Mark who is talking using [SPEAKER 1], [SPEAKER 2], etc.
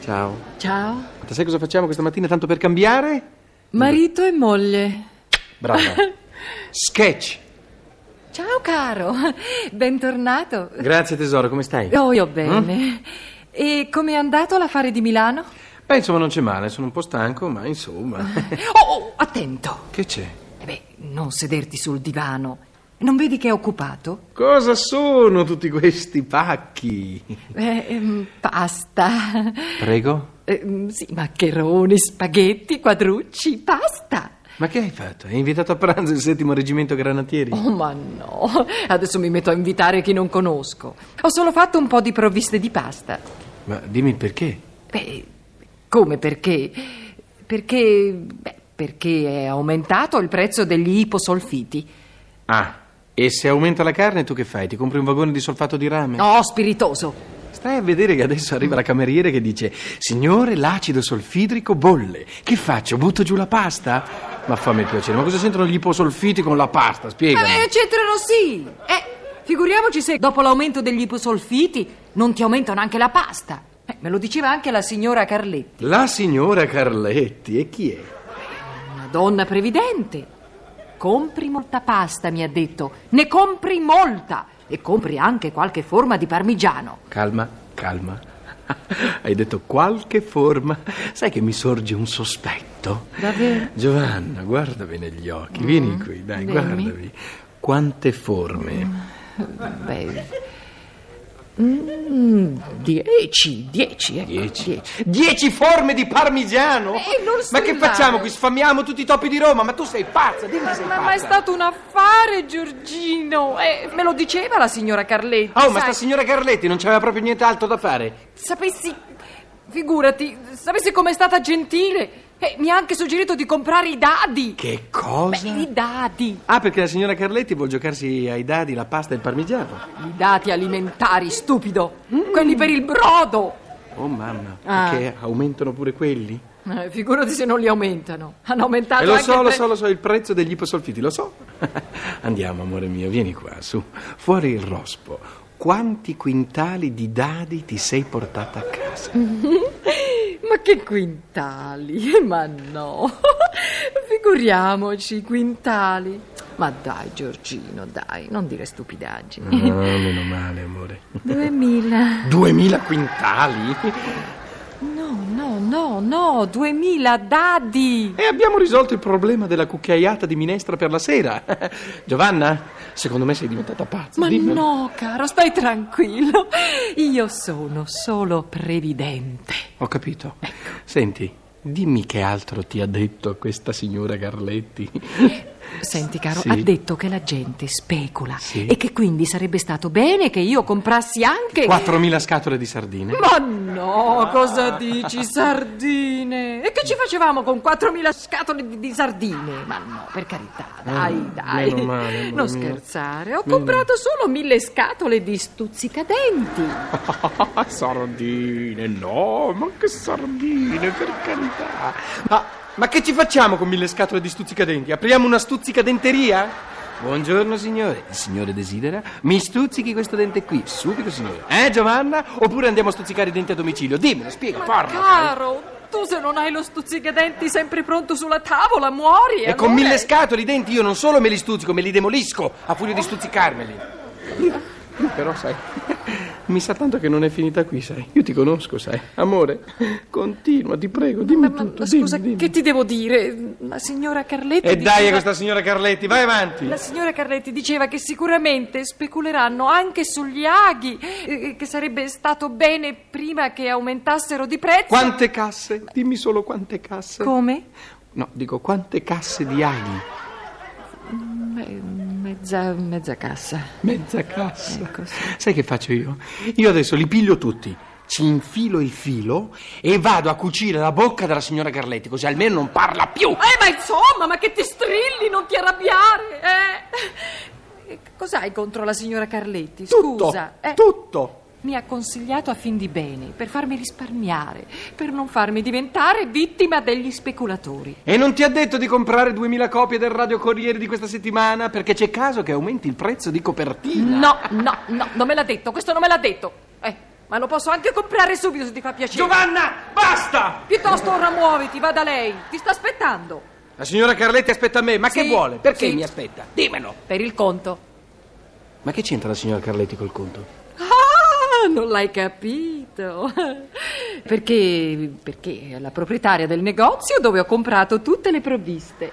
[SPEAKER 1] Ciao.
[SPEAKER 2] Ciao.
[SPEAKER 1] Ma Sai cosa facciamo questa mattina tanto per cambiare?
[SPEAKER 2] Marito e moglie.
[SPEAKER 1] Brava. Sketch.
[SPEAKER 2] Ciao caro, bentornato.
[SPEAKER 1] Grazie tesoro, come stai?
[SPEAKER 2] Oh, io bene. E com'è andato l'affare di Milano?
[SPEAKER 1] Beh, insomma, non c'è male, sono un po' stanco, ma insomma.
[SPEAKER 2] Oh, oh, attento.
[SPEAKER 1] che c'è?
[SPEAKER 2] Eh beh, non sederti sul divano. Non vedi che è occupato?
[SPEAKER 1] Cosa sono tutti questi pacchi?
[SPEAKER 2] Eh, ehm, pasta.
[SPEAKER 1] Prego?
[SPEAKER 2] Ehm, sì, maccheroni, spaghetti, quadrucci, pasta.
[SPEAKER 1] Ma che hai fatto? Hai invitato a pranzo il settimo reggimento granatieri?
[SPEAKER 2] Oh, ma no. Adesso mi metto a invitare chi non conosco. Ho solo fatto un po' di provviste di pasta.
[SPEAKER 1] Ma dimmi il perché.
[SPEAKER 2] Beh, come perché? Perché, beh, perché è aumentato il prezzo degli iposolfiti.
[SPEAKER 1] Ah, e se aumenta la carne tu che fai? Ti compri un vagone di solfato di rame?
[SPEAKER 2] Oh, spiritoso!
[SPEAKER 1] Stai a vedere che adesso arriva la cameriera che dice Signore, l'acido solfidrico bolle. Che faccio? Butto giù la pasta? Ma fammi piacere, ma cosa c'entrano gli iposolfiti con la pasta? Spiegami.
[SPEAKER 2] Eh, c'entrano sì! Eh, figuriamoci se dopo l'aumento degli iposolfiti non ti aumentano anche la pasta. Eh, me lo diceva anche la signora Carletti,
[SPEAKER 1] La signora Carletti, e chi è?
[SPEAKER 2] una donna previdente. Compri molta pasta, mi ha detto. Ne compri molta! E compri anche qualche forma di parmigiano.
[SPEAKER 1] Calma, calma. Hai detto qualche forma. Sai che mi sorge un sospetto.
[SPEAKER 2] Davvero? Mm.
[SPEAKER 1] Giovanna, guarda bene gli occhi. Vieni qui, dai,
[SPEAKER 2] dimmi. Mm.
[SPEAKER 1] guardami. Quante forme?
[SPEAKER 2] Beh. mm, dieci, dieci, ecco.
[SPEAKER 1] Dieci. Dieci forme di parmigiano?
[SPEAKER 2] Eh, non
[SPEAKER 1] ma che
[SPEAKER 2] strillare.
[SPEAKER 1] facciamo qui? Sfamiamo tutti i topi di Roma? Ma tu sei pazza, dimmi se sei
[SPEAKER 2] Ma,
[SPEAKER 1] pazza.
[SPEAKER 2] ma è stato un affare, Giorgino. Eh, me lo diceva la signora Carletti.
[SPEAKER 1] Oh, ma sta
[SPEAKER 2] sai.
[SPEAKER 1] signora Carletti non c'aveva proprio nient'altro da fare.
[SPEAKER 2] Sapessi. Figurati, sapessi com'è stata gentile. Eh, mi ha anche suggerito di comprare i dadi.
[SPEAKER 1] Che
[SPEAKER 2] Beh,
[SPEAKER 1] cosa?
[SPEAKER 2] i dadi.
[SPEAKER 1] Ah, perché la signora Carletti vuol giocarsi ai dadi la pasta e il parmigiano.
[SPEAKER 2] I dati alimentari, stupido.
[SPEAKER 1] Mm.
[SPEAKER 2] Quelli per il brodo.
[SPEAKER 1] Oh mamma,
[SPEAKER 2] Ah.
[SPEAKER 1] perché aumentano pure quelli?
[SPEAKER 2] Eh, figurati se non li aumentano. Hanno aumentato
[SPEAKER 1] E lo
[SPEAKER 2] Ah, anche
[SPEAKER 1] so,
[SPEAKER 2] il
[SPEAKER 1] lo
[SPEAKER 2] pre-
[SPEAKER 1] so, lo so, il prezzo degli iposolfiti, lo so. Andiamo, amore mio, vieni qua, su. Fuori il rospo. Quanti quintali di dadi ti sei portata a casa?
[SPEAKER 2] Mm. Ma che quintali, ma no, figuriamoci, quintali. Ma dai Giorgino, dai, non dire stupidaggini.
[SPEAKER 1] No, Ah, meno male, amore.
[SPEAKER 2] Duemila.
[SPEAKER 1] Duemila quintali?
[SPEAKER 2] No, no, no, no, duemila dadi.
[SPEAKER 1] E abbiamo risolto il problema della cucchiaiata di minestra per la sera. Giovanna, secondo me sei diventata pazza.
[SPEAKER 2] Ma
[SPEAKER 1] dimmelo.
[SPEAKER 2] no, caro, stai tranquillo. Io sono solo previdente.
[SPEAKER 1] Ho capito. Senti, dimmi che altro ti ha detto questa signora Carletti.
[SPEAKER 2] Senti, caro,
[SPEAKER 1] Sì.
[SPEAKER 2] ha detto che la gente specula
[SPEAKER 1] Sì.
[SPEAKER 2] e che quindi sarebbe stato bene che io comprassi anche...
[SPEAKER 1] 4.000 scatole di sardine.
[SPEAKER 2] Ma no, cosa dici, sardine? E che ci facevamo con 4.000 scatole di, di sardine? Ma no, per carità, dai, dai.
[SPEAKER 1] Eh, meno male, amore mio.
[SPEAKER 2] non scherzare, ho
[SPEAKER 1] Meno-
[SPEAKER 2] comprato solo 1.000 scatole di stuzzicadenti.
[SPEAKER 1] sardine, no, ma che sardine, per carità. Ma, ma che ci facciamo con mille scatole di stuzzicadenti? Apriamo una stuzzicadenteria? Buongiorno signore, il signore desidera? Mi stuzzichi questo dente qui, subito signore. Eh Giovanna? Oppure andiamo a stuzzicare i denti a domicilio? Dimmelo, spiega,
[SPEAKER 2] Ma
[SPEAKER 1] forza.
[SPEAKER 2] caro, tu se non hai lo stuzzicadenti sempre pronto sulla tavola, muori.
[SPEAKER 1] E con
[SPEAKER 2] allora-
[SPEAKER 1] mille scatole i denti io non solo me li stuzzico, me li demolisco a furia di stuzzicarmeli. Però sai, mi sa tanto che non è finita qui, sai. Io ti conosco, sai. Amore, continua, ti prego, dimmi
[SPEAKER 2] Ma- ma- ma scusa, che ti devo dire? La signora Carletti...
[SPEAKER 1] E dai a
[SPEAKER 2] diceva-
[SPEAKER 1] questa signora Carletti, vai avanti.
[SPEAKER 2] La signora Carletti diceva che sicuramente speculeranno anche sugli aghi, eh, che sarebbe stato bene prima che aumentassero di prezzo.
[SPEAKER 1] Quante casse? Dimmi solo quante casse.
[SPEAKER 2] Come?
[SPEAKER 1] No, dico quante casse di aghi?
[SPEAKER 2] mezza, mezza cassa.
[SPEAKER 1] Mezza cassa.
[SPEAKER 2] Ecco, sì.
[SPEAKER 1] Sai che faccio io? Io adesso li piglio tutti. ci infilo il filo e vado a cucire la bocca della signora Carletti, così almeno non parla più.
[SPEAKER 3] Eh, ma insomma, ma che ti strilli, non ti arrabbiare, eh. E Cos'hai contro la signora Carletti?
[SPEAKER 1] Tutto,
[SPEAKER 3] Scusa. eh.
[SPEAKER 1] tutto.
[SPEAKER 2] Mi ha consigliato a fin di bene, per farmi risparmiare, per non farmi diventare vittima degli speculatori.
[SPEAKER 1] E non ti ha detto di comprare 2000 copie del Radio Corriere di questa settimana? Perché c'è caso che aumenti il prezzo di copertina.
[SPEAKER 3] No, no, no, non me l'ha detto, questo non me l'ha detto. Eh, ma lo posso anche comprare subito se ti fa piacere.
[SPEAKER 1] Giovanna, basta!
[SPEAKER 3] Piuttosto ora muoviti, vada lei, ti sta aspettando.
[SPEAKER 1] La signora Carletti aspetta me, ma che
[SPEAKER 3] Sì,
[SPEAKER 1] vuole? Perché
[SPEAKER 3] sì.
[SPEAKER 1] mi aspetta? Dimmelo.
[SPEAKER 3] Per il conto.
[SPEAKER 1] Ma che c'entra la signora Carletti col conto?
[SPEAKER 2] Ah, non l'hai capito. Perché, perché è la proprietaria del negozio dove ho comprato tutte le provviste.